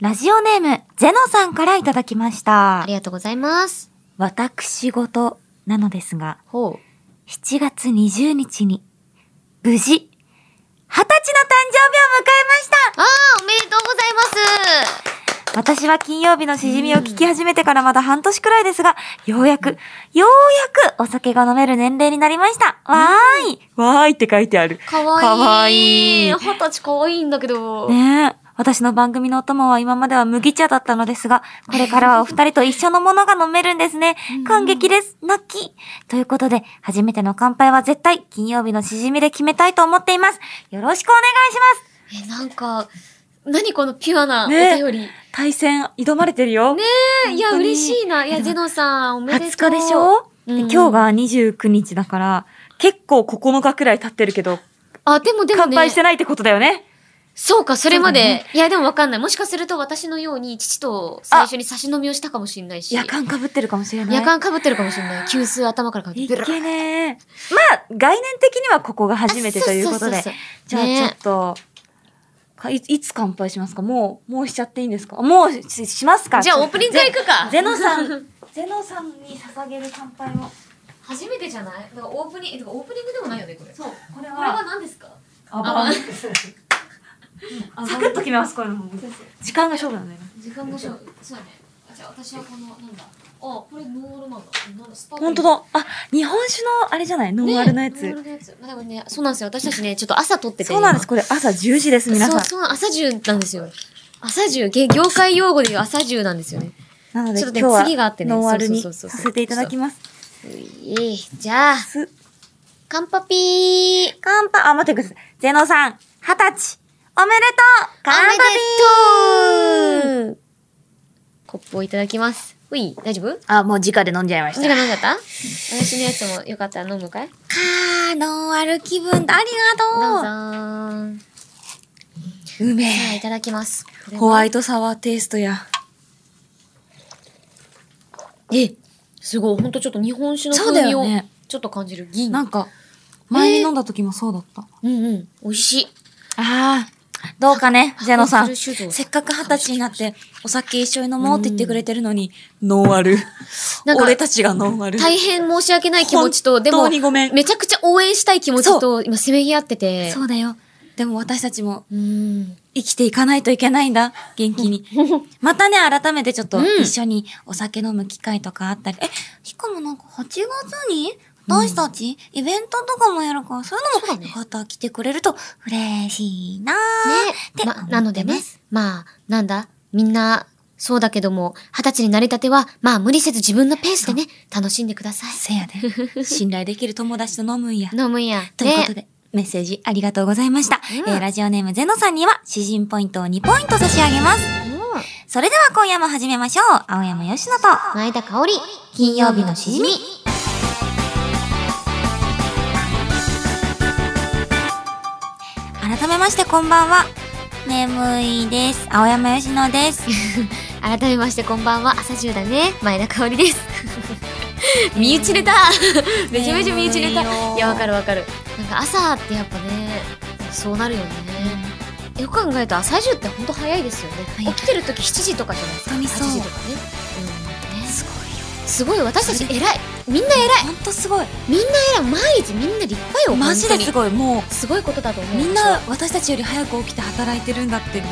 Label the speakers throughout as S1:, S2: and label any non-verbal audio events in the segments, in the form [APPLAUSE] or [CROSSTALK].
S1: ラジオネーム、ゼノさんからいただきまし
S2: あ
S1: た
S2: り。がとうございます。
S1: 私事なのですが、
S2: ほう。
S1: 7月20日に、無事、20歳の誕生日を迎え
S2: ああ、おめでとうございます。
S1: ました私は金曜日のしじみを聞き始めてからまだ半年くらいですが、ようやく、ようやくお酒が飲める年齢になりました。わーい、わーいって書いてある。
S2: かわいい。
S1: かわいい
S2: 二十歳かわいいんだけど。
S1: ねえ。私の番組のお供は今までは麦茶だったのです [LAUGHS] が、これからはお二人と一緒のものが飲めるんですね
S2: うん。
S1: 感激です。泣き。ということで、初めての乾杯は絶対、金曜日のしじみで決めたいと思っています。よろしくお願いします。
S2: え、なんか、何このピュアなお
S1: ね
S2: 便り。ね
S1: 対戦、挑まれてるよ。ね
S2: え、いや、
S1: 本当に
S2: 嬉しいな。いや、ゼノさん、おめでとう。
S1: 20日でしょ、で
S2: うん
S1: 今日が29日だから、結構9日くらい経ってるけど、
S2: あ、でもでも
S1: 乾
S2: ね。
S1: 杯してないってことだよね。
S2: そうか、それまで。
S1: そうだね
S2: いや、でもわかんない。もしかすると私のように、父と最初に差し飲みをしたかもしれないし。
S1: 夜間被ってるかもしれない。
S2: 夜間かぶってるかもしれない。急須頭からかぶって
S1: い
S2: ブルル
S1: けねえ。まあ、概念的にはここが初めてということ
S2: あ
S1: で
S2: そうそうそうそう。
S1: じゃあちょっと、かいいつ乾杯しますかもう、もうしちゃっていいんですかもうししますか
S2: じゃあオープニングから行くか
S1: ゼゼノさん、ゼノさんに捧げる乾杯を。
S2: 初めてじゃないだからオープニング、オープニングでもないよね、これ。
S1: そう、これ
S2: これは
S1: は、
S2: 何ですか
S1: あ
S2: あ
S1: ばん。サクッと決めます、これもう。時間が勝負なんだよね。
S2: 時間が勝負。そうだね。あじゃあ私はこの、なんだ。あ、これノーアルなんだ。なんだ、スパークリ
S1: 本
S2: ン
S1: 当。
S2: グ
S1: だ。あ、日本酒の、あれじゃないノンアルのやつ。
S2: ねノンアルのやつ。まあでもね、そうなんですよ。私たちね、ちょっと朝撮ってて。
S1: そうなんです。これ朝10時です、
S2: 今
S1: 皆さん。
S2: そう、そう、朝中なんですよ。朝中、げ業界用語で言う朝中なんですよね。
S1: なので
S2: ちょっとね
S1: 今
S2: 次
S1: 日
S2: があっ
S1: は
S2: てね
S1: ノンアルに
S2: そ
S1: さ
S2: うそうそうそ
S1: せ
S2: う
S1: ていただきます。
S2: ういじゃあ、
S1: す
S2: カンパピー
S1: 乾杯あ、待ってください。ゼノさん、二十歳、おめでとう乾杯
S2: おめでとうコップをいただきます。うい、大丈夫
S1: あ、もう直で飲んじゃいま
S2: 何が飲んじゃった私のやつもよかったら飲むかい
S1: かー、ノンアル気分だ。あり
S2: どうぞ
S1: がと
S2: ーん。
S1: ううめ
S2: じゃあい
S1: え。
S2: ただきます。
S1: ホワイ
S2: ト。
S1: トサワーテイストや。
S2: え、すごい。ほんとちょっと日本酒の
S1: そう
S2: 風
S1: だ
S2: 味
S1: よ
S2: を
S1: ね
S2: ちょっと感じる。銀。
S1: なんか、前に飲んだ時もそうだった。
S2: うんうん。美味しい。
S1: あー、どうかね、ゼノさん。
S2: 発酵する酒造
S1: せっかく二十歳になって、お酒一緒に飲もうって言ってくれてるのに、ノンアル。
S2: なんか
S1: 俺たちがノンアル。
S2: 大変申し訳ない気持ちと、
S1: 本
S2: でも、
S1: 当にごめん
S2: めちゃくちゃ応援したい気持ちと、今せめぎ合ってて。
S1: そうだよ。でも私たちも
S2: うん。
S1: 生きていかないといけないんだ、元気
S2: [LAUGHS]
S1: に。またね、改めてちょっと
S2: うん
S1: 一緒にお酒飲む機会とかあったり。え、しかもなんか8月に私たち、イベントとかもやるから、そういうの
S2: そうだ
S1: も
S2: ね
S1: よかったら来てくれると嬉しいなーって思って
S2: ね、ま、
S1: ます。
S2: なのでね、まあ、なんだ、みんな、そうだけども、二十歳になりたては、まあ無理せず自分のペースでね、楽しんでください。
S1: せや
S2: [LAUGHS]
S1: で。信頼できる友達と飲むんや。
S2: 飲むんや。
S1: ということ
S2: ね、
S1: で、メッセージありがとうございました。
S2: うん
S1: えーラジオネームゼノさんには、詩人ポイントを2ポイント差し上げます。それでは今夜も始めましょう。青山よしのと、
S2: 前田香織、
S1: 金曜日のしじみ。改めましてこんばんは。眠いです。青山よしの
S2: [LAUGHS]
S1: です。
S2: 改めましてこんばんは、朝十だね、前田香
S1: [LAUGHS]
S2: 織です。身内ネタめちゃめちゃ身内ネタ
S1: 眠いよ
S2: いや、わかるわかる。なんか朝ってやっぱね、そうなるよね。よく考えると朝十ってほんと早いですよ
S1: 早
S2: ね。
S1: い
S2: 起きてる時7時とかじゃないですか。
S1: 本当にそう
S2: 8時とかね。うん、ね。
S1: すごいよ。
S2: すごい私たち偉いみんな偉い
S1: ほんとすごい。
S2: みんな偉い毎日みんな立派よ
S1: マジです
S2: 本当
S1: ごい。も
S2: にすごいことだと思
S1: う、
S2: う
S1: みん
S2: 私
S1: な
S2: は
S1: 私たちより早く起きて働いてるんだって、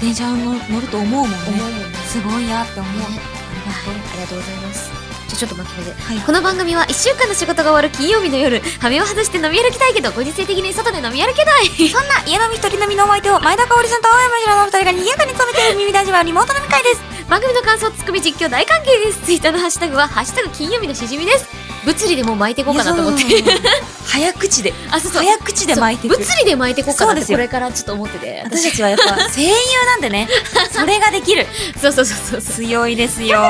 S1: 電車に乗乗ると思うもんね。
S2: 思うもんね
S1: すごいやって思う。
S2: ね
S1: ありがとう。
S2: ありがとうございますじゃあちょっとまとめで
S1: はい。
S2: この番組は1週間の仕事が終わる金曜日の夜羽目を外して飲み歩きたいけどご時世的に外で飲み歩けない
S1: そんな家飲み一人飲みのお相手を前田香織さんと青山城のお二人が賑やかに務めている耳ラジオはリモート飲み会です。
S2: 番組の感想ツッコミ実況大歓迎ですツイッターのハッシュタグは「ハッシュタグ金曜日のしじみ」です物理でもう巻いていこうかなと思って
S1: いや。そう早口で。
S2: あそうそう
S1: 早口で巻いてく
S2: そう物理で巻いていこうかな
S1: そう
S2: って
S1: です
S2: こ
S1: よ
S2: れからちょっと思ってて
S1: 私たちはやっ
S2: [LAUGHS]
S1: ぱ声優なんでね、それができる。
S2: そうそうそうそう
S1: 強いですよ。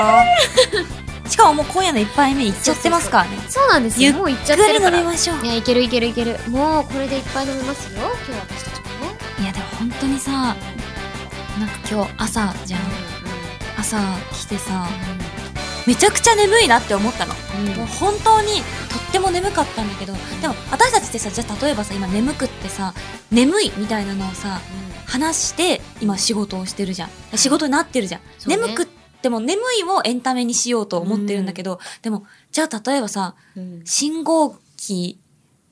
S1: しかももう今夜の一杯目いっちゃってますからね。
S2: そうなんです
S1: ゆ
S2: よ
S1: っ
S2: もう行っち
S1: ゆ
S2: ゃ
S1: っく
S2: って
S1: り
S2: るか
S1: 飲
S2: ら
S1: みましょう。
S2: いやいけるいけるいけるもうこれでいっぱい飲めますよ今日私たちもね
S1: いやでも本当にさ、なんか今日朝じゃん。朝来てさ、
S2: う
S1: めちゃくちゃ眠いなって思ったの。もう
S2: う
S1: 本当にとっても眠かったんだけどでも私たちってさじゃあ例えばさ今眠くってさ眠いみたいなのをさ話して今仕事をしてるじゃん仕事になってるじゃん、
S2: そうね
S1: 眠くっても眠いをエンタメにしようと思ってるんだけど、でもじゃあ例えばさ
S2: ん
S1: 信号機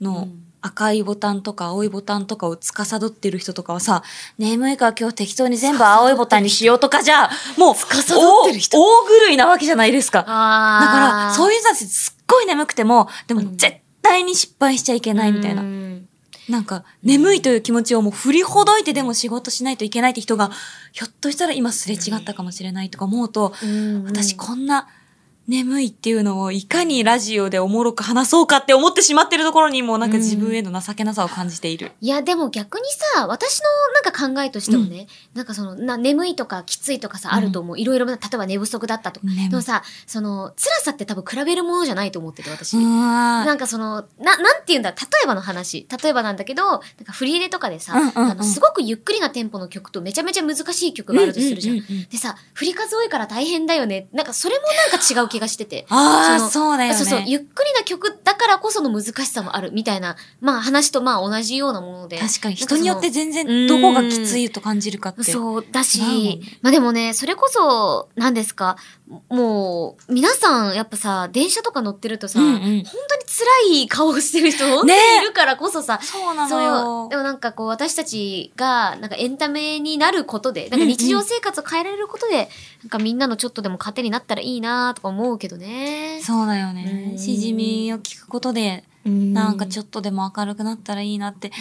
S2: う
S1: の
S2: ん
S1: 赤いボタンとか青いボタンとかを司ってる人とかはさ眠いから今日適当に全部青いボタンにしようとかじゃもう
S2: 司ってる人
S1: 大大狂いなわけじゃないですか。
S2: あ
S1: だから、そう
S2: い
S1: いう人たちすっごい眠くても、でも
S2: うん
S1: 絶対に失敗しちゃいけないみたいな。
S2: うん
S1: なんか、眠いという気持ちをもう振りほどいてでも仕事しないといけないって人が、ひょっとしたら今すれ違ったかもしれないとか思うと、
S2: うん
S1: 私こんな眠いっていうのをいかにラジオでおもろく話そうかって思ってしまってるところにもうなんか自分への情けなさを感じている。
S2: いや、でも逆にさ、私のなんか考えとしてもね、なんかその、な、眠いとかきついとかさ、
S1: うん
S2: あると思う。いろいろな、例えば寝不足だったとか。
S1: 眠い
S2: でもさ、その、辛さって多分比べるものじゃないと思ってて、私。
S1: わ
S2: なんかその、な、なんて言うんだ、例えばの話。例えばなんだけど、なんか振り入れとかでさ、
S1: うんうんうん
S2: あの、すごくゆっくりなテンポの曲とめちゃめちゃ難しい曲があるとするじゃん。
S1: うんうんうんうん
S2: でさ、振り数多いから大変だよね。なんかそれもなんか違う気がしてて。
S1: ああ、
S2: その
S1: そうだよね。
S2: そうそう、ゆっくりな曲だからこその難しさもあるみたいな、まあ話とまあ同じようなもので。
S1: 確かに
S2: なん
S1: 人
S2: その
S1: によって全然どこがきついと感じるかって。
S2: そうだし、
S1: 違うもんね
S2: まあでもね、それこそ、何ですか、もう、皆さんやっぱさ、電車とか乗ってるとさ、
S1: うんうん
S2: 本当に辛い顔して
S1: [LAUGHS]
S2: る人、本当にいるからこそさ、
S1: そうなの
S2: そ
S1: よ
S2: う。で。もなんかこう私たちがなんかエンタメになることで、なんか日常生活を変えられることで、なんかみんなのちょっとでも糧になったらいいなとか思うけどね。
S1: そうだよね
S2: う。ん
S1: しじみを聞くことで、
S2: な
S1: なんかちょっとでも明るくなったらいいなって
S2: ね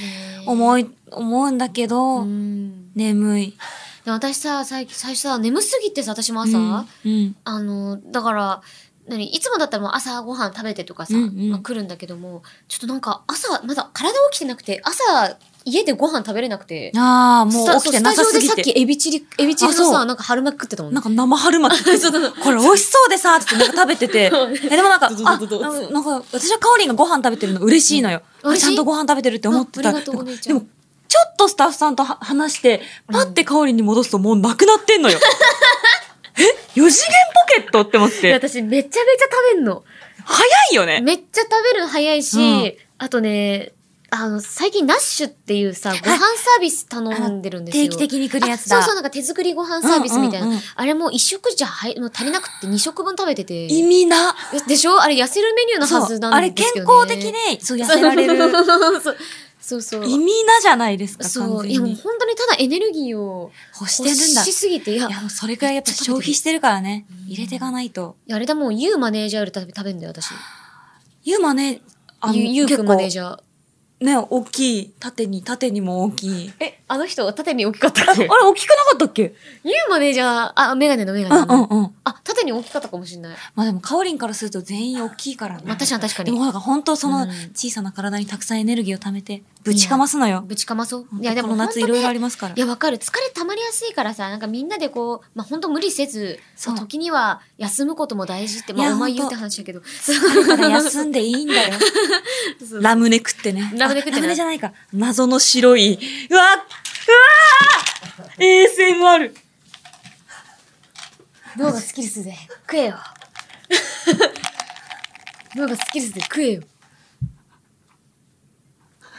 S1: 思い、思うんだけど、
S2: うん
S1: 眠い。
S2: でも私さ、最近最初さ、眠すぎてさ、私も朝、
S1: うんうん。
S2: あの、だから、何いつもだったらもう朝ご飯食べてとかさ、
S1: うんうん
S2: まあ、来るんだけども、ちょっとなんか朝、まだ体起きてなくて、朝家でご飯食べれなくて、
S1: ああ、もう
S2: スタ
S1: 起きてなさすぎ。
S2: そうスタジオでさってきエビチリ、エビチリ
S1: あ
S2: の
S1: そ
S2: さ、
S1: う
S2: なんか春巻き食ってたもんね
S1: なんか生春
S2: [LAUGHS]
S1: 巻き。これ美味しそうでさ、ってなんか食べてて。えでもなんか、あ、なん
S2: どうぞどう
S1: か、なんか私はかおりんがご飯食べてるの嬉しいのよ。
S2: うん
S1: あちゃんとご飯食べてるって思ってた。
S2: あありがとうお姉ちゃん
S1: でもちょっとスタッフさんとは話して、パってかおりんに戻すともうなくなってん
S2: [LAUGHS]
S1: のよ。え ?4 次元ポケットって思っ
S2: いや
S1: て。
S2: 私めちゃめちゃ食べんの。
S1: 早いよね。
S2: めっちゃ食べるの早いし、
S1: うん
S2: あとね、あの、最近ナッシュっていうさ、ご飯サービス頼んでるんですよ。
S1: 定期的に来るやつだ。
S2: あそうそう、なんか手作りご飯サービスみたいな。
S1: うんうんうん
S2: あれもう一食じゃはいもう足りなくって二食分食べてて。
S1: 意味な。
S2: ででしょあれ痩せるメニューのはずなん
S1: あれ
S2: で
S1: 健
S2: すけど、ね。
S1: 康的で、そう、痩せられる。
S2: [LAUGHS] そうそうそう。
S1: 意味なじゃないですか、
S2: そ
S1: 完
S2: う。いや
S1: 全
S2: もう
S1: に。
S2: 本当にただエネルギーを
S1: 欲して
S2: 欲
S1: るんだ。
S2: しすぎて、いや
S1: い、や、もうそれくらいやっぱ消費してるからね。入れていかないと。
S2: あれだもう言うマネージャーより食べ食べんだよ、私。
S1: ユーマね、あの
S2: ゆゆうく
S1: 結
S2: ん
S1: 構
S2: マネージャー。
S1: ね、大きい。縦に、縦にも大きい。
S2: え、あの人、縦に大きかったっ
S1: [LAUGHS] あ
S2: [LAUGHS] け
S1: れ、大きくなかったっけ
S2: ゆうマネージャー、あ、メガネのメガ
S1: う
S2: ネ
S1: ん
S2: の、
S1: うんうん。
S2: あ、縦に大きかったかもしれない。
S1: まあでも、カオリンからすると全員大きいからね。
S2: まあ、確かに確か
S1: でも
S2: に。
S1: なんか本当その
S2: うん
S1: 小さな体にたくさんエネルギーを貯めて、ぶちかますのよ。
S2: ぶちかまそう。
S1: い
S2: いや、でも
S1: この
S2: 本
S1: 夏
S2: 当
S1: いろいろあ
S2: ね。
S1: りますから
S2: い。や、わかる。疲れ溜まりやすいからさ、なんかみんなでこう、まあ、本当無理せず、
S1: そう
S2: 時には休むことも大事って、ま
S1: い
S2: あ、
S1: や
S2: お前言
S1: ほ
S2: う
S1: ん
S2: って
S1: と
S2: 話だけど。
S1: だから休んでいいんだよ。
S2: [LAUGHS] そう
S1: ラムネ食ってね。
S2: ラムネ食っ
S1: あ
S2: てね
S1: ラムネじゃないか。謎の白い。うわうわ !ASMR!
S2: [LAUGHS] 脳がスッキリするぜ。食えよ。 [LAUGHS] 脳がスッキリするぜ。食えよ。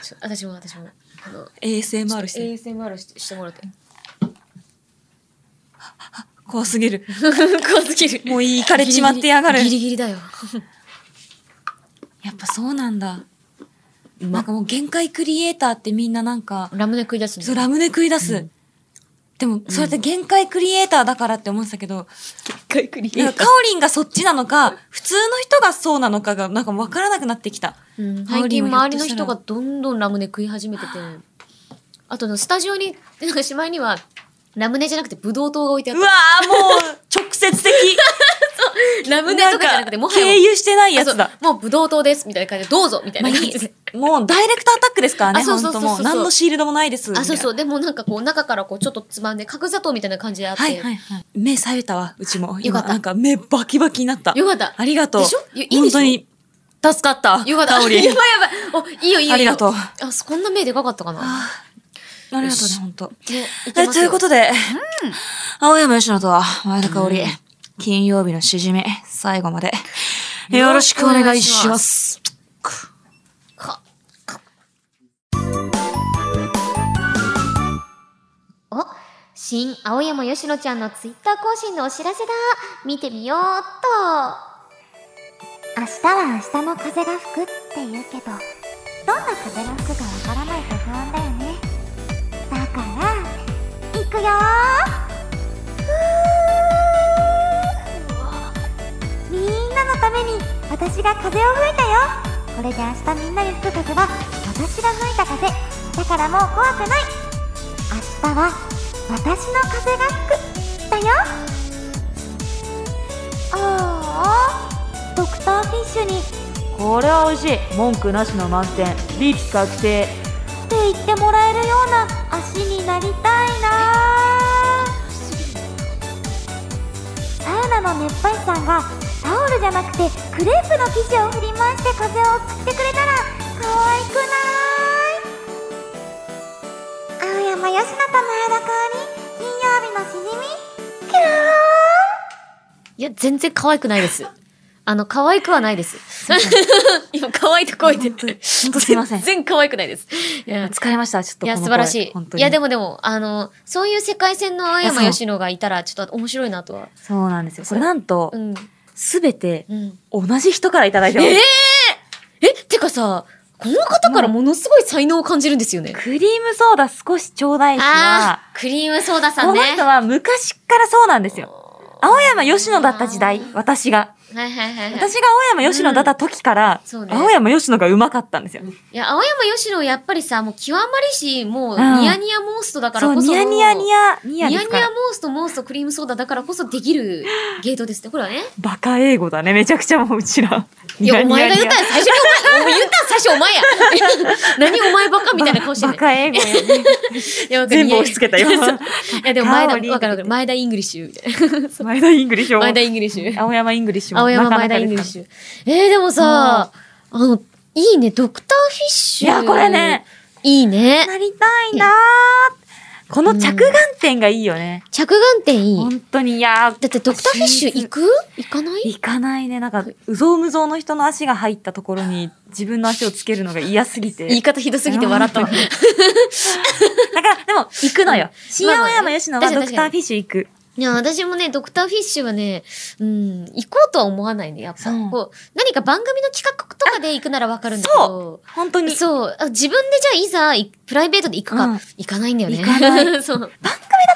S2: ちょ私も、私も。あの、
S1: ASMR してる。
S2: ASMR してしても [LAUGHS] らって。
S1: 怖すぎる。
S2: 怖すぎる。
S1: もういい、かれちまってやがる。
S2: ギリギリだよ。
S1: やっぱそうなんだ。
S2: う
S1: なんかもう限界クリエイターってみんななんか、
S2: ラムネ食い出す
S1: そう
S2: の。
S1: ラムネ食い出す。
S2: うん
S1: でも、それって限界クリエイターだからって思ってたけど、
S2: 回クリ
S1: なんか、かおりんがそっちなのか、普通の人がそうなのかが、なんかわからなくなってきた。
S2: うん最近周りの人がどんどんラムネ食い始めてて、あとのスタジオに、なんかしまいには、ラムネじゃなくてブドウ糖が置いてあっ
S1: うわーもう、直接的。 [LAUGHS]
S2: た。ラムネとかじゃなくて、もは
S1: 経
S2: や、
S1: 由してないやつだ
S2: あ。そうもうブドウ糖です、みたいな感じで、どうぞみたい
S1: ま
S2: な
S1: あい
S2: 感
S1: い
S2: じで。
S1: もうダイレクトアタックですからね、
S2: あそうそ
S1: 本当
S2: うそうそ
S1: も
S2: う
S1: う。何のシールドもないです。。
S2: あ、そうそうう。でもなんかこう、中からこう、ちょっとつまんで、角砂糖みたいな感じであって。
S1: はいはいはい。目冴えたわ、うちも。
S2: よかった
S1: 今なんか目バキバキになった。
S2: よかった。
S1: ありがとう。
S2: でしょいいいでしょ
S1: 本当に、助かった。
S2: よかった。
S1: かおりん。
S2: や
S1: あ
S2: ばい
S1: り
S2: [LAUGHS] やばい。お、いいよいいよいいよ。
S1: ありがとう
S2: あ、そこんな目でかかったかな。
S1: がとうね
S2: よし、
S1: 本当。
S2: ね、いけ
S1: え
S2: ま
S1: と
S2: す
S1: い
S2: よ
S1: うことで、青山吉野とは前田香織、
S2: うん
S1: 金曜日のしじみ、最後まで、よ
S2: よ
S1: ろ
S2: ろ
S1: し
S2: し
S1: く
S2: く
S1: お
S2: お
S1: 願
S2: 願
S1: い
S2: い
S1: し
S2: し
S1: ま。
S2: ますかお新青山よしのちゃんのツイッター更新のお知らせだ見てみようっと
S3: 明日は明日の風が吹くって言うけどどんな風が吹くかわからないと不安だよねだから行くよーふーみんなのために私が風を吹いたよこれで明日みんなに吹く風は私が吹いた風だからもう怖くない明日は私の風が吹くだよああドクターフィッシュにっ
S1: これは美味しい。文句なしの満点。リーチ確定。
S3: て言ってもらえるような足になりたいなサウナの熱波師さんがタオルじゃなくてクレープの生地を振り回して風を送ってくれたら可愛くない青山よしのと前田香織金曜日のしじみキュ
S2: いや全然可愛くない [LAUGHS] ですあの可愛くはないです [LAUGHS] 今可愛いと声出てる
S1: 本当すいません
S2: 全然可愛くないですいや
S1: 疲れました、ちょっと
S2: い
S1: この
S2: や
S1: 声。
S2: 素晴らし
S1: 本当
S2: い
S1: に
S2: いやでもでもあのそういう世界線の青山よしのがいたらちょっと面白いなとは
S1: そうなんですよ。これなんと
S2: う、ん
S1: すべて
S2: うん
S1: 同じ人からいただいてます。
S2: えええてかさ、この方からものすごい才能を感じるんですよね。
S1: クリームソーダ少しちょうだいしな。
S2: あー、クリームソーダさ
S1: こ
S2: ん
S1: の
S2: ね。
S1: 人は昔からそうなんですよ。青山吉野だった時代、私が。
S2: はいはいはいはい。
S1: 私が青山吉野だった時から、
S2: そうね
S1: 青山吉野がうまかったんですよ。
S2: いや、青山吉野やっぱりさ、もう極まりし、も
S1: う
S2: う
S1: ん
S2: ニヤニヤモーストだから
S1: そう、
S2: こそ。
S1: ニヤニヤニ
S2: ヤ。
S1: ヤ、ニ
S2: ニ
S1: ヤ
S2: ヤ
S1: です
S2: ニヤモ
S1: から。
S2: ースト、モースト、クリームソーダだからこそできるゲートですね。これはね。
S1: バカ英語だね、めちゃくちゃもううちら。
S2: いや、お
S1: [LAUGHS] ニヤ
S2: 前が
S1: ニヤ
S2: 言ったら最初にお前、お前言ったら最初お前や。
S1: [LAUGHS]
S2: 何お前バカみたいな顔して
S1: バ
S2: る。
S1: カ英語よ
S2: [LAUGHS]
S1: ね。
S2: いやわかる
S1: 全部押し付けたよ。
S2: そういや、でも前
S1: [LAUGHS]
S2: 田、
S1: 香り
S2: わかるわかる。前田イングリッシュみたい
S1: 前田イングリッシュ
S2: な。
S1: も
S2: 前田イングリッシュ。
S1: 青山イングリッシュも
S2: 青山
S1: なか
S2: 前
S1: な
S2: 田
S1: か
S2: イングリ
S1: で
S2: ッ
S1: すか
S2: シュ。えー、でもさ、あの、いいね、ドクターフィッシュ。
S1: いやこれね。
S2: いいね。
S1: ら。なりたいなーこの着眼点がいいよね。
S2: 着眼点いい。
S1: 本当に、いやー
S2: だってドクターフィッシュ行く行かない
S1: 行かないね。なんか、うぞうむぞうの人の足が入ったところに自分の足をつけるのが嫌すぎて。
S2: 言い方ひどすぎて笑
S1: [LAUGHS]
S2: ったわ。
S1: だから、でも、行くのよ。新青山吉野は
S2: 確
S1: ド
S2: かに
S1: クターフィッシュ行く。
S2: いや、私もね、ドクターフィッシュはね、うん、行こうとは思わないね、やっぱ
S1: そう。
S2: こう、何か番組の企画とかで行くならわかるんだけど。
S1: 本当に。番組
S2: そう。あ自分でじゃあいざい、プライベートで行くか、
S1: うん
S2: 行かないんだよね。
S1: 行かな
S2: [LAUGHS] そう。
S1: だっ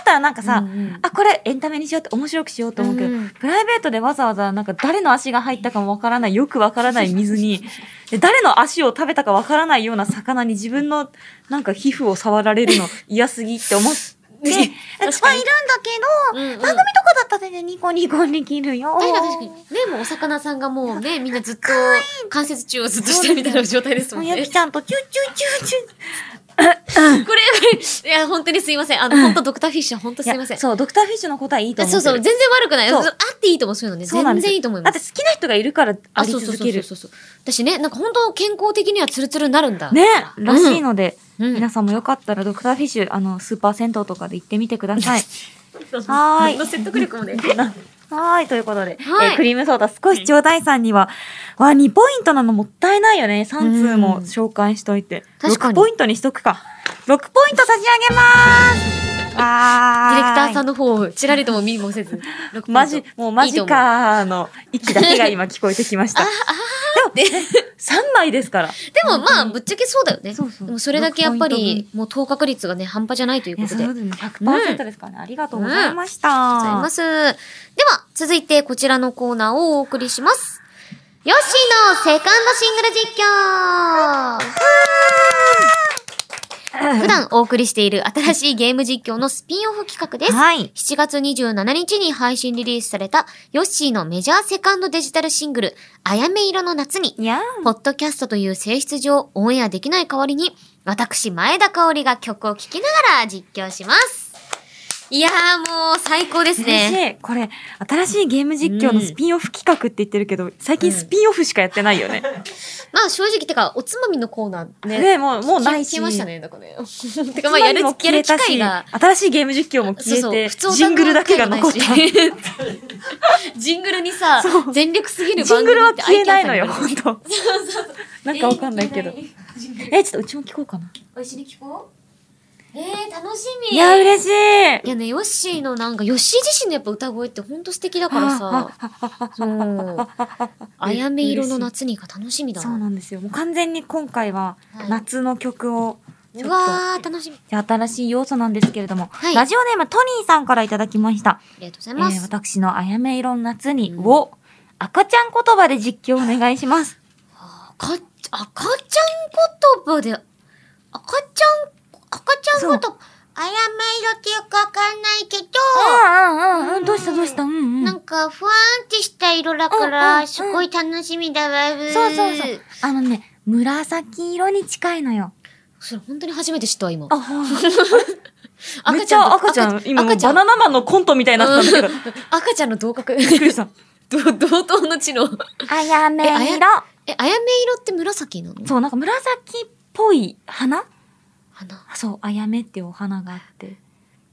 S1: たらなんかさ、
S2: うんうん
S1: あ、これエンタメにしようって面白くしようと思うけど、
S2: うん
S1: プライベートでわざわざなんか誰の足が入ったかもわからない、よくわからない水に、で誰の足を食べたかわからないような魚に自分のなんか皮膚を触られるの嫌すぎって思って、
S2: 確かに
S1: まあいるんだけど、
S2: うんう
S1: 番
S2: ん
S1: 組とかだったら全然ニコニコできるよ。
S2: 確かに確かに。ね、もうお魚さんがもうね、みんなずっと、関節中をずっとしてるみたいな状態ですもん
S1: もう
S2: ね。
S1: ゆ
S2: こ
S1: きちゃんとチューチューチューチ
S2: れ、これ、いや、本当にすいません。あの、本当ドクターフィッシュ、本当
S1: ュー。
S2: すいません。
S1: や
S2: そ
S1: そう、ドクターフィッシュのことはいいと
S2: う
S1: 思って
S2: そう
S1: る。
S2: 全然悪くない。
S1: そ
S2: あ
S1: う
S2: っていいと思う。そういうのね。
S1: そうなん
S2: 全
S1: です
S2: 然いいと思います。
S1: だって好きな人がいるからあ
S2: あ、
S1: り
S2: そうそう
S1: 続
S2: そ
S1: け
S2: うそう
S1: る。
S2: そうそう。私ね、なんか本当健康的にはツルツルになるんだ。。
S1: ね、らしいので、
S2: うん
S1: 皆さんもよかったらドクターフィッシュ、あの、スーパー銭湯とかで行ってみてください。
S2: [LAUGHS]
S1: はーい
S2: 何の説得力もね。
S1: [LAUGHS] はーい、ということで、
S2: はい
S1: えークリームソーダ少しちょうだいさんには、わ、2ポイントなのもったいないよね。3通も紹介しといて。
S2: 確か
S1: 6
S2: に
S1: ポイントにしとくか。6ポイント差し上げまーす
S2: デ
S1: わ
S2: ィレクターさん
S1: ん
S2: の方をちらりとも見も
S1: [LAUGHS]
S2: せず。六ポイント
S1: マジ、もうマジ。
S2: いい
S1: かーの息だけが今聞こえてきま
S2: [LAUGHS]
S1: した。でも、3枚ですから。
S2: と思うでもまあ、ぶっちゃけそうだよね。
S1: そうそう
S2: でもそれだけやっぱり、もう投確率がね、半端じゃないとい
S1: い
S2: うこ
S1: や、
S2: と
S1: そう
S2: で。
S1: ですね。100%ですからね。ありがとうございました。
S2: ありがとうございます。では、続いてこちらのコーナーをお送りします。ヨッシーのセカンドシングル実況普段お送りしている新しいゲーム実況のスピンオフ企画です。
S1: はい。
S2: 7月27日に配信リリースされたヨッシーのメジャーセカンドデジタルシングル、あやめ色の夏に
S1: いや
S2: ポッドキャストという性質上オンエアできない代わりに、私、前田香織が曲を聴きながら実況します。いやーもう最高です
S1: ー、
S2: ね。
S1: 嬉しい。これ、新しいゲーム実況のスピンオフ企画って言ってるけど、最近スピンオフしかやってないよね。
S2: まあ正直てか、おつまみのコーナーね。
S1: ね、もう、もうない
S2: 消
S1: し。
S2: えましたね、だからね。て
S1: つま
S2: かまあ
S1: り
S2: やる、
S1: も
S2: や
S1: 消え
S2: る機
S1: たし
S2: 会が。
S1: 新しいゲーム実況も
S2: そう
S1: 消
S2: そう
S1: え
S2: 普
S1: て
S2: 通、
S1: ジングルだけが残った。
S2: オタクの機会もないしジングルにさ
S1: そ、う
S2: 全力すぎる
S1: ジン
S2: 番
S1: グル
S2: 組
S1: は
S2: って
S1: 消えないのよ、
S2: アイキャンさんに言われて
S1: 本当。なんかわかんないけど。え、ちょっとうちも聞こうかな。
S2: おいしに聞こうえー、楽しみ
S1: いや、嬉しい。
S2: いやね、ヨッシーのなんか、ヨッシー自身のやっぱ歌声ってほんと素敵だからさ、そう、あやめ色の夏にが楽しみだ
S1: そう
S2: な。
S1: なんですよ。もう完全に今回は
S2: はい
S1: 夏の曲を、ちょ
S2: う
S1: っと
S2: わー、楽しみ。
S1: で新しい要素なんですけれども、
S2: はい
S1: ラジオネームトニーさんからいただきました。
S2: ありがとうござい
S1: え
S2: ま
S1: ー
S2: す。
S1: 私のあやめ色の夏に
S2: うん
S1: を、赤ちゃん言葉で実況お願いします。
S2: 赤ち赤ちゃん言葉で、赤ちゃん、赤ちゃん言葉、あやめ色ってよくわかんないけど、
S1: うんうんうんうん、どうしたどうしたうんうん。
S2: なんか、ふわーんってした色だか
S1: うんうんう
S2: ら、
S1: ん
S2: すごい楽しみだわ。そう
S1: そうそうそう。あのね、紫色に近いのよ。
S2: それ本当に初めて知ったわ、今。
S1: あ、めっちゃ
S2: の
S1: 赤ちゃん、今もう
S2: 赤ちゃ
S1: バナナマンのコントみたいになってたんだけど。
S2: 赤ちゃんの同格。
S1: びっくり
S2: [LAUGHS]
S1: した。
S2: 同同等の知能。
S1: あやめ
S2: えあや
S1: 色。
S2: え、あやめ色って紫なの
S1: そう、なんか紫っぽい花
S2: 花。
S1: あそう、あやめっていうお花があって、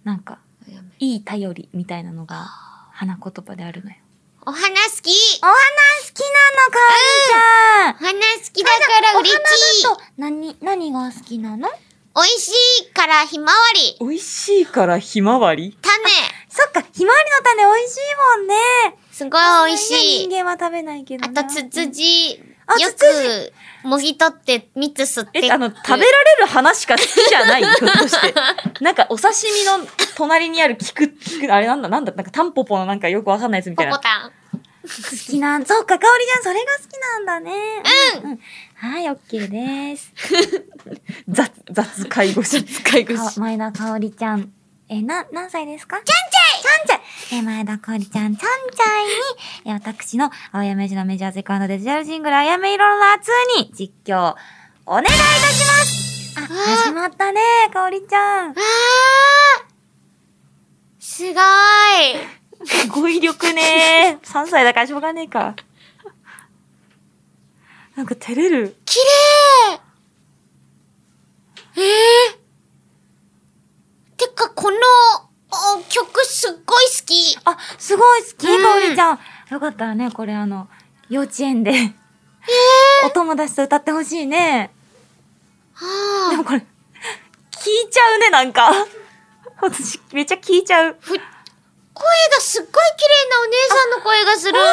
S1: なんか、
S2: あやめ
S1: いい頼りみたいなのが、花言葉であるのよ。
S2: お花好き
S1: お花好きなの、かおりちゃん
S2: お花好きだから嬉しい
S1: と、何、何が好きなの
S2: 美味しいからひまわり
S1: 美味しいからひまわり
S2: 種
S1: そっか、ひまわりの種美味しいもんね。
S2: すごい美味しい
S1: 人間は食べないけど
S2: あ
S1: な
S2: とツツジよ
S1: あツツ
S2: くもぎ取って蜜吸って
S1: え、あの、食べられる花しか好きじゃ [LAUGHS] ない、ひょっとして。なんか、お刺身の隣にある菊、菊、あれなんだ、なんだ、なんか、タンポポのなんかよくわかんないやつみ
S2: ポ
S1: たいな。好
S2: コタン
S1: きな、そうか、かおりちゃん、それが好きなんだね。うん。うん、はい、オッケーです。 [LAUGHS] 雑、雑介護士。
S2: 介護
S1: か前田香織ちゃん。え、な、何歳ですかちゃんちゃいちゃんちゃいえ、前田香織ちゃん、ちゃんちゃいに、え、私の、青山市のメジャーセカンドデジタルジングル、あやめ色の夏に、実況、お願いいたしますあ、
S2: わー
S1: 始まったね、香織ちゃん。
S2: すごいあ
S1: 語彙力ね [LAUGHS] ー。3歳だからしょうがねえか。なんか照れる。綺
S2: てかこのお曲すっごい好き
S1: あ、すごい好き、
S2: うん
S1: かおりちゃん。よかったらね、これあの、幼稚園で、お友達と歌ってほしいね。で
S2: は
S1: もこれ、聞いちゃうね、なんか。私、めっちゃ聞いちゃう。
S2: 声がすっごい綺麗なお姉さんの声がする
S1: お姉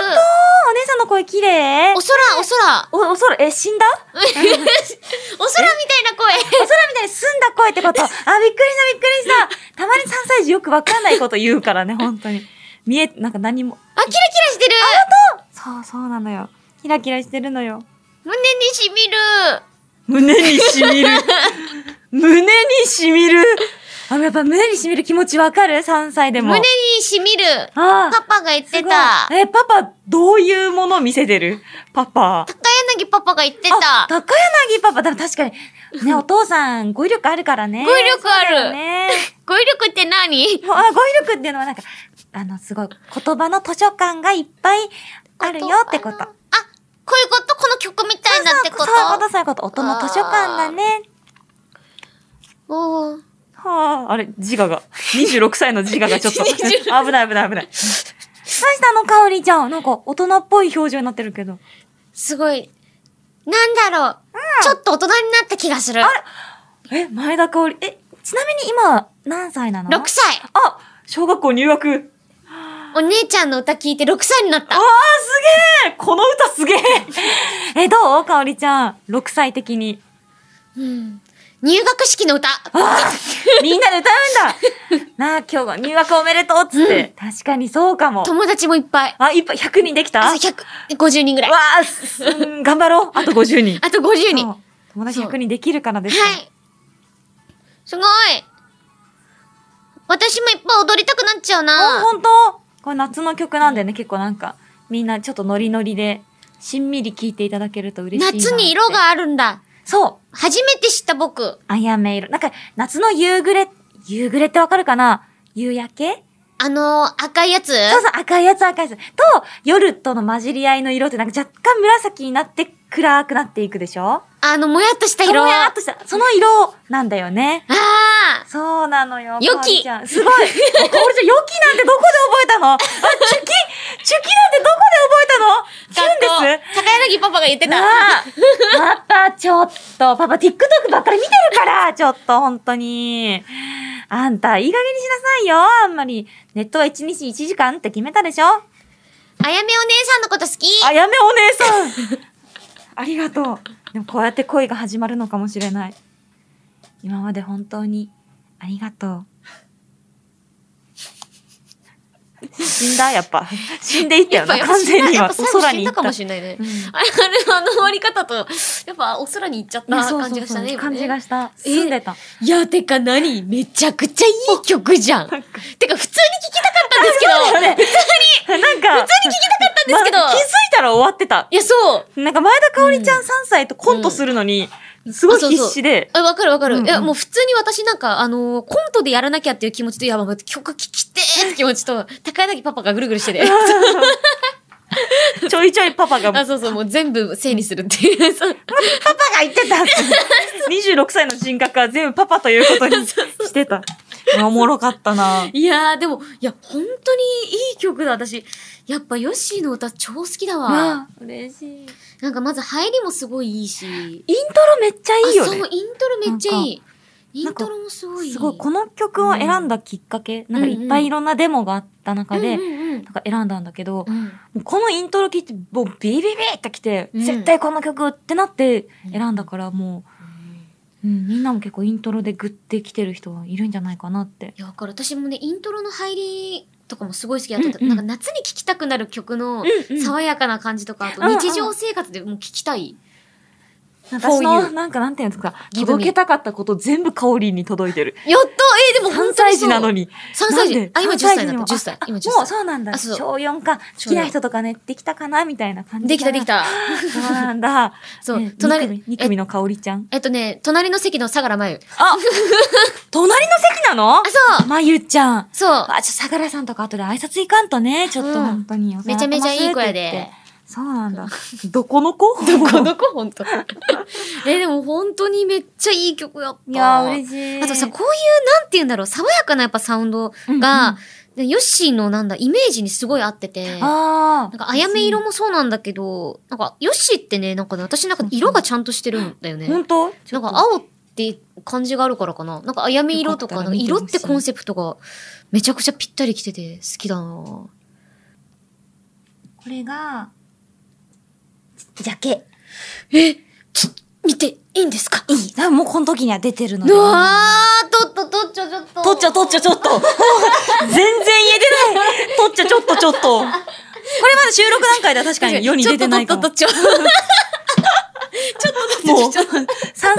S1: さんの声綺麗
S2: お空お空
S1: お、お空、え、死んだ
S2: お空みたい
S1: お空
S2: な声
S1: みたいに澄んだ声ってこと。あ、びっくりした、びっくりした。たまに3歳児よくわかんないこと言うからね、本当に。見え、なんか何も。
S2: あ、キラキラしてる
S1: そう、そうなのよ。キラキラしてるのよ。
S2: 胸にしみる
S1: 胸にしみる。 [LAUGHS] 胸にしみる。あ、やっぱ胸にしみる気持ちわかる ?3 歳でも。
S2: 胸にしみる
S1: あ
S2: パパが言っ
S1: す
S2: て
S1: ごい
S2: た高
S1: え、パパ、どういうものを見せてるパパ。
S2: 柳パパが言って
S1: あ
S2: た
S1: 高柳パパ、でも確かに。
S2: [LAUGHS]
S1: ね、お父さん、語彙力あるからね。
S2: 語彙力ある
S1: そうだよね。
S2: 語彙力って何
S1: もうあ、語彙力っていうのはなんか、あの、すごい、言葉の図書館がいっぱいあるよってこと。
S2: あ、こういうことこの曲みたいなってこ
S1: そ
S2: と
S1: ういうこと、そういうこと。音の図書館だね。
S2: おー
S1: はあ、あれ、自我が。26歳の自我がちょっ [LAUGHS] と。危ない危ない危ない。どうしたの、かおりちゃん。なんか、大人っぽい表情になってるけど。
S2: すごい。なんだろう、ちょっと大人になった気がする。
S1: え、前田かおり、え、ちなみに今、何歳なの
S2: 6歳
S1: あ、小学校入学。
S2: お姉ちゃんの歌聞いて6歳になった
S1: あ。あ、すげえこの歌すげえ [LAUGHS] え、どうかおりちゃん。6歳的に。
S2: うん入学式の歌。
S1: [LAUGHS] みんなで歌うんだなあ、今日は入学おめでとうっつって。確かにそうかも。
S2: 友達もいっぱい。
S1: あ、いっぱい100人できた
S2: あ
S1: わ
S2: 150人ぐらい。
S1: あ、すうん頑張ろう。あと50人。
S2: あと50人。
S1: そ
S2: は
S1: う友達100人できるからですよ。
S2: い。すごい。私もいっぱい踊りたくなっちゃう
S1: あ、
S2: な。
S1: ほんとこれ夏の曲なんでね、結構なんか、みんなちょっとノリノリで、しんみり聴いていただけると嬉しいなって。
S2: 夏に色があるんだ。
S1: そう。
S2: 初めて知った僕。
S1: あやめ色。なんか、夏の夕暮れ、夕暮れってわかるかな夕焼け
S2: あのー、赤いやつ
S1: そうそう、赤いやつ赤いやつ。と、夜との混じり合いの色ってなんか若干紫になって暗くなっていくでしょ
S2: あの、もやっとした色。
S1: ぼや
S2: あ
S1: っとした、その色なんだよね。
S2: あー
S1: そうなのよ。
S2: 良き [LAUGHS]
S1: かおりちゃんすごい。かおりちゃん、良きなんてどこで覚えたのあ、チュキ、手記なんてどこで覚えたのキュンです
S2: 高柳パパが言って
S1: な
S2: た。
S1: あ、パパ、ちょっと、パパ、TikTok ばっかり見てるから、ちょっと、本当に。あんた、いい加減にしなさいよ。あんまり、ネットは1日1時間って決めたでしょ
S2: あやめお姉さんのこと好き
S1: あやめお姉さんありがとう。でも、こうやって恋が始まるのかもしれない。今まで本当に、ありがとう。死んだやっぱ。死んでいったよな、完全には。
S2: やっぱ最
S1: お
S2: 後
S1: 空
S2: 死
S1: に
S2: ん
S1: 行っ
S2: だ
S1: た
S2: かもしれないね。
S1: うん
S2: あれ、あの終わり方と、やっぱお空に行っちゃった
S1: ねそう
S2: 感じがしたね。
S1: そうそう
S2: 今ね
S1: 感じがした。住んでた。
S2: いや、てか何めちゃくちゃいい曲じゃん。てか、普通に聴きたかったんですけど、 [LAUGHS] 普通に
S1: なんか、普通に聞きたかった
S2: んですけ
S1: 気
S2: ど
S1: づいたら終わってた。
S2: いや、そう。
S1: なんか前田香織ちゃん3歳とコントするのに、すごい必死で、
S2: あわかるわかる。
S1: うんうん
S2: いや、もう普通に私なんか、あのーコントでやらなきゃっていう気持ちと、いや、もう曲聴きてーって気持ちと、高柳パパがぐるぐる [LAUGHS] してて、
S1: ちょいちょいパパが、パ
S2: あ、そうそう、もう全部せいにするっていう。そう
S1: パが言ってた [LAUGHS] 26歳の人格は全部パパということにしてた。おもろかったない
S2: やー、でも、 [LAUGHS] いや、本当にいい曲だ、私。やっぱ、ヨッシーの歌超好きだわ。
S1: あ嬉しい。イン
S2: なんか、まず入りもすごいいいし。
S1: トロめっちゃいいよ
S2: あそう、
S1: ね。
S2: イントロめっちゃいい。イ
S1: なん
S2: ン
S1: か
S2: トロもすごいいい。
S1: すごい、この曲を選んだきっかけ、なんかいっぱいいろんなデモがあった中で、
S2: うんうんうん
S1: なんか選んだんだけど、
S2: うん
S1: もうこのイントロ聞いて、もうビビビってきて、
S2: うん
S1: 絶対この曲ってなって選んだから、もう、うん、みんなも結構イントロでグッてきてる人はいるんじゃないかなって。
S2: いや、だから私もね、イントロの入りとかもすごい好きだっ
S1: う
S2: た。
S1: んうん
S2: なんか夏に聴きたくなる曲の
S1: うん
S2: 爽やかな感じとか、あと
S1: うんうん
S2: 日常生活でもう聴きたい。
S1: 私
S2: For
S1: の、
S2: you
S1: なんかなんていうんですか、
S2: Give me
S1: 届けたかったこと全部香りに届いてる。
S2: やっとえー、でも
S1: 3
S2: 本当に
S1: 歳
S2: そ
S1: 児
S2: う
S1: なのに。
S2: 3歳
S1: なん
S2: 児
S1: で。
S2: あ、今
S1: 三
S2: 10歳
S1: 児
S2: になった。10歳
S1: あ。
S2: 今10
S1: もう
S2: 歳。
S1: そうなんだ。
S2: あそう
S1: 小4か。好
S2: 小
S1: き
S2: 四
S1: な人とかね、できたかなみたいな感じ。
S2: できたでき。た。
S1: そうなんだ。
S2: そう
S1: ね
S2: 隣
S1: 二組二組の香りちゃん。
S2: えっとね、隣の席の相良真由。
S1: あ隣の席なのあ
S2: そう
S1: まゆちゃん。
S2: そう。
S1: あ、ちょ、相良さんとか後で挨拶行かんとね、ちょっと
S2: うん
S1: 本当に、お世
S2: め
S1: 話
S2: ちゃ
S1: にな
S2: め
S1: っ
S2: ち
S1: て
S2: ゃ
S1: ます
S2: いい声
S1: って言って。
S2: で
S1: そうなんだ。どこの子ど
S2: [LAUGHS] この子本当。え、でも本当にめっちゃいい曲やった。
S1: いやー、嬉しい。
S2: あとさ、こういう、なんて言うんだろう、爽やかなやっぱサウンドが、でヨッシーのなんだ、イメージにすごい合ってて。
S1: あ
S2: なんか、あやめ色もそうなんだけど、なんか、ヨッシーってね、なんかね、私なんか色がちゃんとしてるんだよね。
S1: ー、本当
S2: なんか、青って感じがあるからかな。なんか、あやめ色とか、
S1: よ
S2: な
S1: か
S2: ん
S1: っ
S2: か
S1: たら見てほしい
S2: 色ってコンセプトが、めちゃくちゃぴったりきてて、好きだな
S1: これが、ジャケ。
S2: えちょ見て、いいんですか
S1: いい。もうこの時には出てるの
S2: うわー、とっと、とっちょ、ちょっと。
S1: とっちょとっちょちょっと。全然言えてない。とっちょちょっとちょっと。これまだ収録段階では確かに世に出てないかも。
S2: ちょっと、とっちょ、とっ
S1: もう、3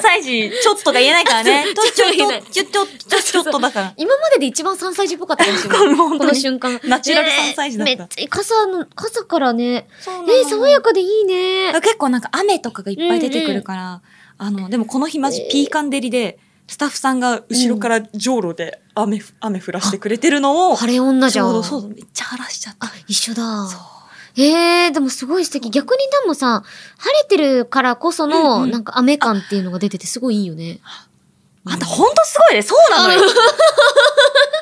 S1: 歳児、ちょっとが言えないからね。とっちょ
S2: 言えない
S1: ちょ、ちょ、ちょ、ちょっとだから。
S2: 今までで一番3歳児っぽかったかもしれ
S1: 本
S2: ない。
S1: 当に
S2: この瞬間。
S1: ナチュラル
S2: ねえ
S1: 三歳児だった
S2: めっちゃ、傘の、傘からね、
S1: そう
S2: えー、爽やかでいいね。
S1: 結構なんか雨とかがいっぱい出てくるから、あの、でもこの日マジピーカンデリで、スタッフさんが後ろからじょうろで雨、雨降らしてくれてるのを、
S2: 晴れ女じ
S1: ち
S2: ゃん。
S1: ょうどそう、めっちゃ晴らしちゃった。
S2: あ、一緒だ。ええー、でもすごい素敵。逆にでもさ、晴れてるからこその、
S1: うんうん
S2: なんか雨感っていうのが出ててすごいいいよね。
S1: あんたほんとすごいね。そうなのよ。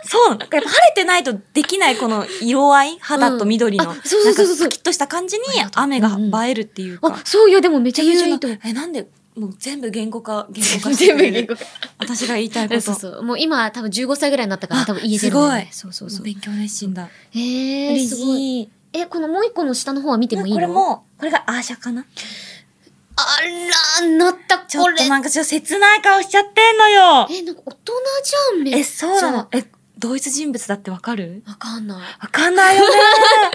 S1: そうなの。やっぱ晴れてないとできないこの色合い肌と緑の。
S2: うんあそうそうそう
S1: な
S2: そう
S1: んかパキッとした感じに雨が映えるっていうか。
S2: あ、そういや、でもめちゃめちゃいいと思う。
S1: え、なんで、もう全部言語化、言語化して
S2: 全
S1: く
S2: 部
S1: れる
S2: 言語化。
S1: 私が言いたいこ
S2: え
S1: と。
S2: そうそう。もう今多分15歳ぐらいになったから
S1: あ
S2: 多分言えてる、ね。すごい。そうそうそう。
S1: 勉強熱心だ。
S2: ええー、
S1: 嬉
S2: すごい。
S1: しい。
S2: え、このもう一個の下の方は見てもいいの
S1: これ。も、これがアーシャかな
S2: あら、なった、
S1: ちょっ
S2: これ。
S1: となんかちょっと切ない顔しちゃってんのよ。
S2: え、なんか大人じゃん、めっちゃ。
S1: え、そうなの。え、同一人物だってわかる
S2: わかんない。
S1: わかんないよね。 [LAUGHS]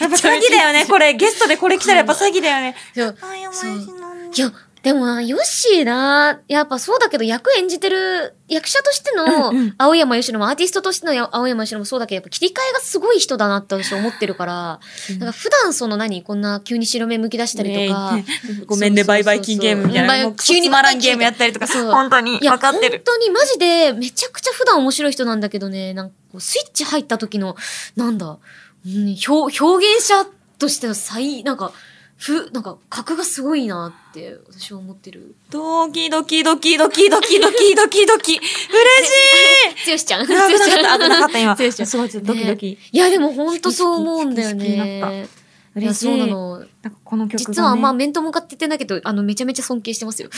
S1: やっぱ詐欺だ
S2: [LAUGHS]
S1: よね、これ。ゲストでこれ来たらやっぱ詐欺だよね。
S2: いや、
S1: あや
S2: ばいし
S1: なん
S2: いや、でもな、ヨッシーな、やっぱそうだけど役演じてる、役者としての
S1: うんうん
S2: 青山よしのも、アーティストとしてのや青山よしのもそうだけど、やっぱ切り替えがすごい人だなって私思ってるから、なんか普段その何、こんな急に白目むき出したりとか、 [LAUGHS]
S1: ごめんね、
S2: そうそうそうそう
S1: バイバイ金ゲームみたい
S2: バイバ
S1: な。
S2: イ
S1: もうクソつまらんゲームやったりとか、
S2: そう
S1: 本当に
S2: いや、
S1: わか
S2: 本
S1: ってる。
S2: 当にマジで、めちゃくちゃ普段面白い人なんだけどね、なんかこうスイッチ入った時の、なんだ、うん、表表現者としての最、なんか、ふ、なんか、格がすごいなって、私は思ってる。
S4: ドキドキドキドキドキドキドキドキ。嬉し
S2: つよしちゃん。
S4: い危なかった、危なかった今。
S2: 強いじゃん
S4: すごい、ちょっとドキドキ。
S2: いや、でもほんとそう思うんだよ
S1: 好き好き好きにな
S2: ね。いや
S1: 嬉しい。
S2: そうなの。
S1: なんかこの曲が、ね。
S2: 実はあんま面と向かって言ってないけど、あの、めちゃめちゃ尊敬してますよ。あ、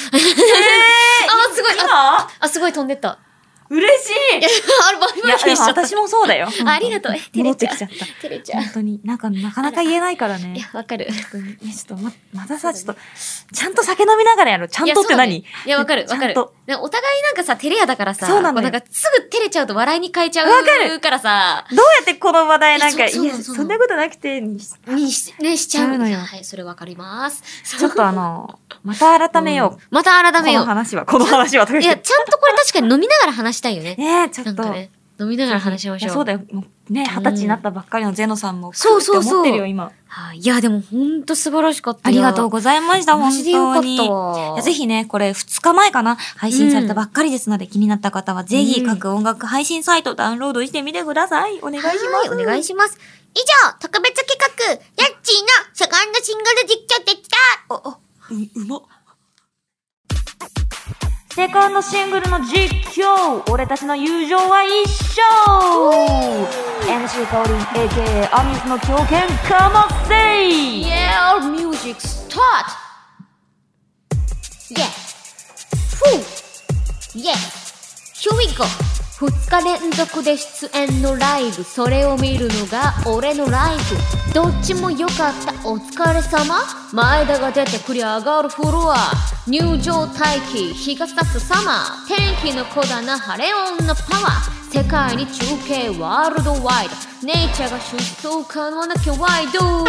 S2: すごい。あ、
S4: 今
S2: あすごい飛んでった。
S4: 嬉しい
S2: あれ、バイ
S4: い
S2: バ
S4: や、
S2: イし
S4: でも
S2: ちゃった。
S4: 私もそうだよ。
S2: あありがとう。え
S1: 戻
S2: 照れ
S1: って
S2: ちゃ
S1: きちゃ
S2: う。
S1: った。
S2: 照れちゃう。
S1: 本当に、なんかなかなか言えないから
S2: いや
S1: ね。、
S2: わかる。
S1: 本当にいや、ちょっとま、またさ、ちょっと、ちゃんと酒飲みながらやろう。ちゃんとって何
S2: いや、わかる、わか
S1: ちゃん
S2: る
S1: と。
S2: なんかお互いなんかさ、照れ屋だからさ、
S1: そうなのよ
S2: こなんかすぐ照れちゃうと笑いに変えちゃ
S1: わかる
S2: うからさ、
S1: どうやってこの話題なんか、
S2: いやそう
S1: いや、
S2: そうそう
S1: そんなことなくて、にち
S2: にし、ね、しちゃう
S1: そうなの
S2: の
S1: よ
S2: よ。はい、それわかります。
S1: ょっとあの、また改めよう。
S2: また改
S1: こ
S2: めよ
S1: の
S2: う。
S1: 話は、この話は。とか
S2: い
S1: 言
S2: や、
S1: って
S2: ちゃんとこれ確かに飲みながら話したいよね。
S1: ねえ、ちょ
S2: な
S1: っ
S2: ん
S1: と。
S2: かね、飲みながら話しまし
S1: い
S2: ょ
S1: や
S2: う。
S1: そうだよ。もうね、二十歳になったばっかりのゼノさんも、
S2: そうそ
S1: 来る
S2: う
S1: って
S2: そう
S1: 思ってるよ、今。
S2: はいいや、でもほんと素晴らしかった。
S4: ありがとう
S2: ご
S4: ございました、本
S2: マジでよか
S4: 当
S2: っ
S4: に。
S2: たわ
S4: いやぜひね、これ2日前かな、配信されたばっかりですので、気になった方はぜひ
S2: うん
S4: 各音楽配信サイトダウンロードしてみてください。お願いします。
S2: お願いします。
S3: 以上、特別企画、ヤッチーのセカンドシングル実況でした
S4: う、うまっ。
S1: セカンドシングルの実況俺たちの友情は一生 !MC 香り AKA アミスの狂犬かませい
S2: Yeah, all music start!
S3: イェふぅイェ Here we go!
S2: 2日連続で出演のライブそれを見るのが俺のライブどっちも良かったお疲れ様前田が出てくりゃ上がるフロア入場待機日が差すサマー天気の子だな晴れ女パワー世界に中継ワールドワイドネイチャーが出走可能な巨ワイド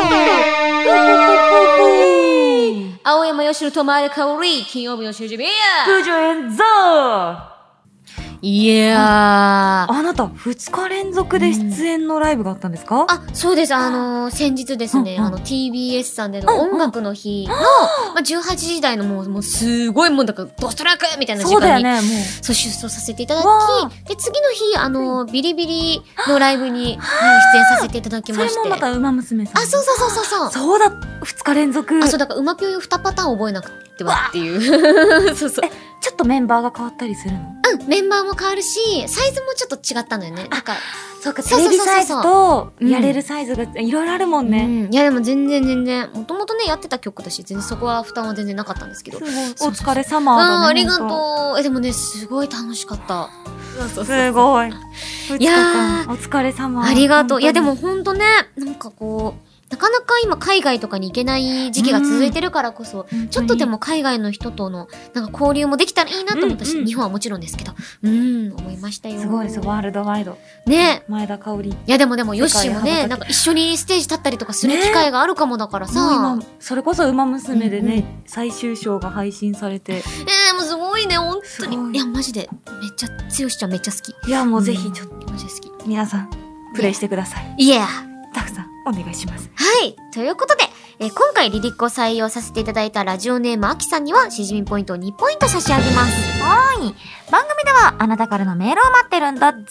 S2: 青山よしると前田香織金曜日の主人ビア
S1: 通常演奏あ
S2: いやー
S1: なた、2日連続で出演のライブがあったんですか、
S2: あ、そうです。あのー先日ですね、
S1: うんうん
S2: あの、TBS さんでの音楽の日の、まあ、18時台のもう、もう、すごいもう、だから、ドストラックみたいな時
S1: そうだ
S2: 間
S1: よ
S2: に、
S1: ね、もう。
S2: そう、出走させていただ
S1: わ
S2: き、で、次の日、あのービリビリのライブに、はい出演させていただき
S1: そ
S2: ま
S1: れ
S2: し
S1: も
S2: て。
S1: ま
S2: あ、
S1: た、馬娘さん。
S2: そうそうそうそうそう。
S1: そうだ、2日連続。
S2: あ、そ
S1: ち
S2: う、だから、馬ぴょよ2パターン覚えなくてはっていう。 [LAUGHS] そうそう。
S1: ょっとメンバーが変わったりするの
S2: うん、メンバーも変わるし、サイズもちょっと違ったんだよね。なんか、
S1: そうか、テ
S2: そう
S1: レ
S2: そ
S1: ビ
S2: うそうそう
S1: サイズと、
S2: うん
S1: やれるサイズがいろいろあるもんね。
S2: うんいや、でも全然全然、もともとね、やってた曲だし、全然そこは負担は全然なかったんですけど
S1: す。ごいお疲れ様だね。
S2: うん、ありが
S1: 本当
S2: とう。え、でもね、すごい楽しかった。
S1: すごい。い
S2: いや
S1: や
S2: ー
S1: お疲れ様。
S2: ありが
S1: 本当
S2: とう。
S1: に
S2: いや、でも、ほんとね、なんかこう、なかなか今海外とかに行けない時期が続いてるからこそ、ちょっとでも海外の人とのなんか交流もできたらいいなと思ったし、
S1: うんうん
S2: 日本はもちろんですけど、うん、思いましたよ。
S1: すごいです、ワールドワイド。
S2: ね。
S1: 前田香織。もう
S2: いやでもでもヨッシーも
S1: 世界
S2: ね、
S1: 羽ばたき
S2: なんか一緒にステージ立ったりとかする
S1: ね
S2: 機会があるかもだからさ、
S1: 今、それこそ馬娘でね、
S2: うんう
S1: 最終章が配信されて。
S2: えー、もうすごいね、本当
S1: すごい
S2: に。いや、マジで、めっちゃ、強しちゃんめっちゃ好き。
S1: いや、もうぜひ、ちょっと、
S2: っと、マジで好き。
S1: 皆さん、プレイしてください。
S2: いや、
S1: たくさん、お願いします。
S2: はい。ということで、えー今回リリックを採用させていただいたラジオネームあきさんには、しじみポイントを2ポイント差し上げます。
S1: 番組ではあなたからのメールを待ってるんだぜ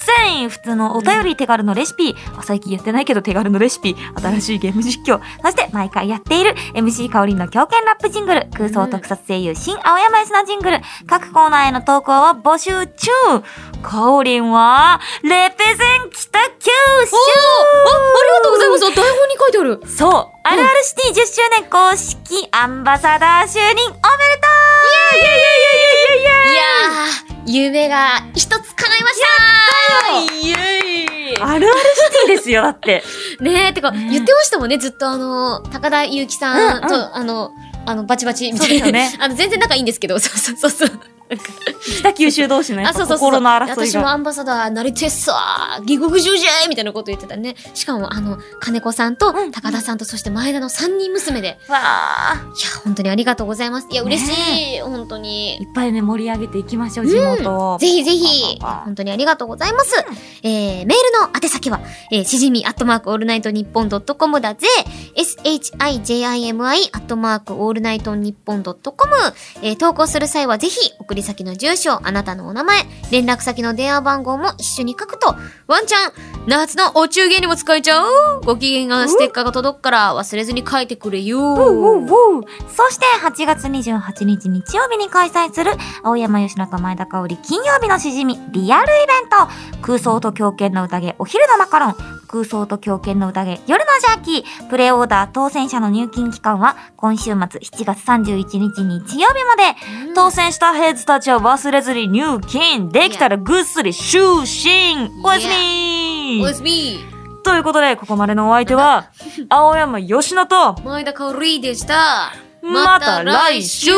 S1: ん普通のお便り手軽のレシピ、あ最近やってないけど手軽のレシピ新しいゲーム実況そして毎回やっている MC 香りの狂犬ラップジングル空想特撮声優新青山吉のジングル各コーナーへの投稿を募集中かおりんはレペゼン北九州
S2: す。台本に書いてある。
S1: そう、あるあるシティ10周年公式アンバサダー就任おめでとう
S2: いやー、夢が一つ叶いまし
S4: イエイ
S1: あるあるシティですよ、だって。
S2: たねえ、てか、
S1: ねえ
S2: 言ってましたもんね、ずっとあの、高田祐希さんと、
S1: うん
S2: あの、あの、バチバチみたいな。
S1: そうですよ
S2: [LAUGHS] あの、全然仲いいんですけど、そうそうそうそう。
S1: 北九州同士のやっ
S2: あ、そ
S1: ぱ
S2: うそうそう。
S1: 心の争い
S2: 私も
S1: が。
S2: アンバサダーなりてっさー、下国中じゃーみたいなこと言ってたね。しかも、あの、金子さんと
S1: んうん、
S2: 高田さんと、そして前田の3人娘で、
S1: わあ。
S2: いや、本当にありがとうございます。いや、嬉しい、本当に
S1: い。っぱいね、盛り上げていきましょう、地元を。
S2: ぜひぜ
S1: わ
S2: ひ、
S1: わわ
S2: 本当にありがとうございます。えー、メールの宛先は、えー、しじみアットマークオールナイトニッポンドットコムだぜ、shijimi アットマークオールナイトニッポンドットコム、えー、投稿する際はぜひ送りり先の住所、あなたのお名前、連絡先の電話番号も一緒に書くと、ワンチャン、夏のお中元にも使えちゃうご機嫌がステッカーが届くから忘れずに書いてくれよ。
S3: そして8月28日日曜日に開催する青山吉野と前田香織金曜日のしじみリアルイベント空想と狂犬の宴お昼のマカロン空想と狂犬の宴夜のジャーキープレオーダー当選者の入金期間は今週末7月31日日曜日まで当選したヘッズたちは忘れずに入金できたらぐっすり就寝おやすみ
S2: おやすみ
S3: ということでここまでのお相手は青山吉野と
S2: 前田香織でした。
S3: また来週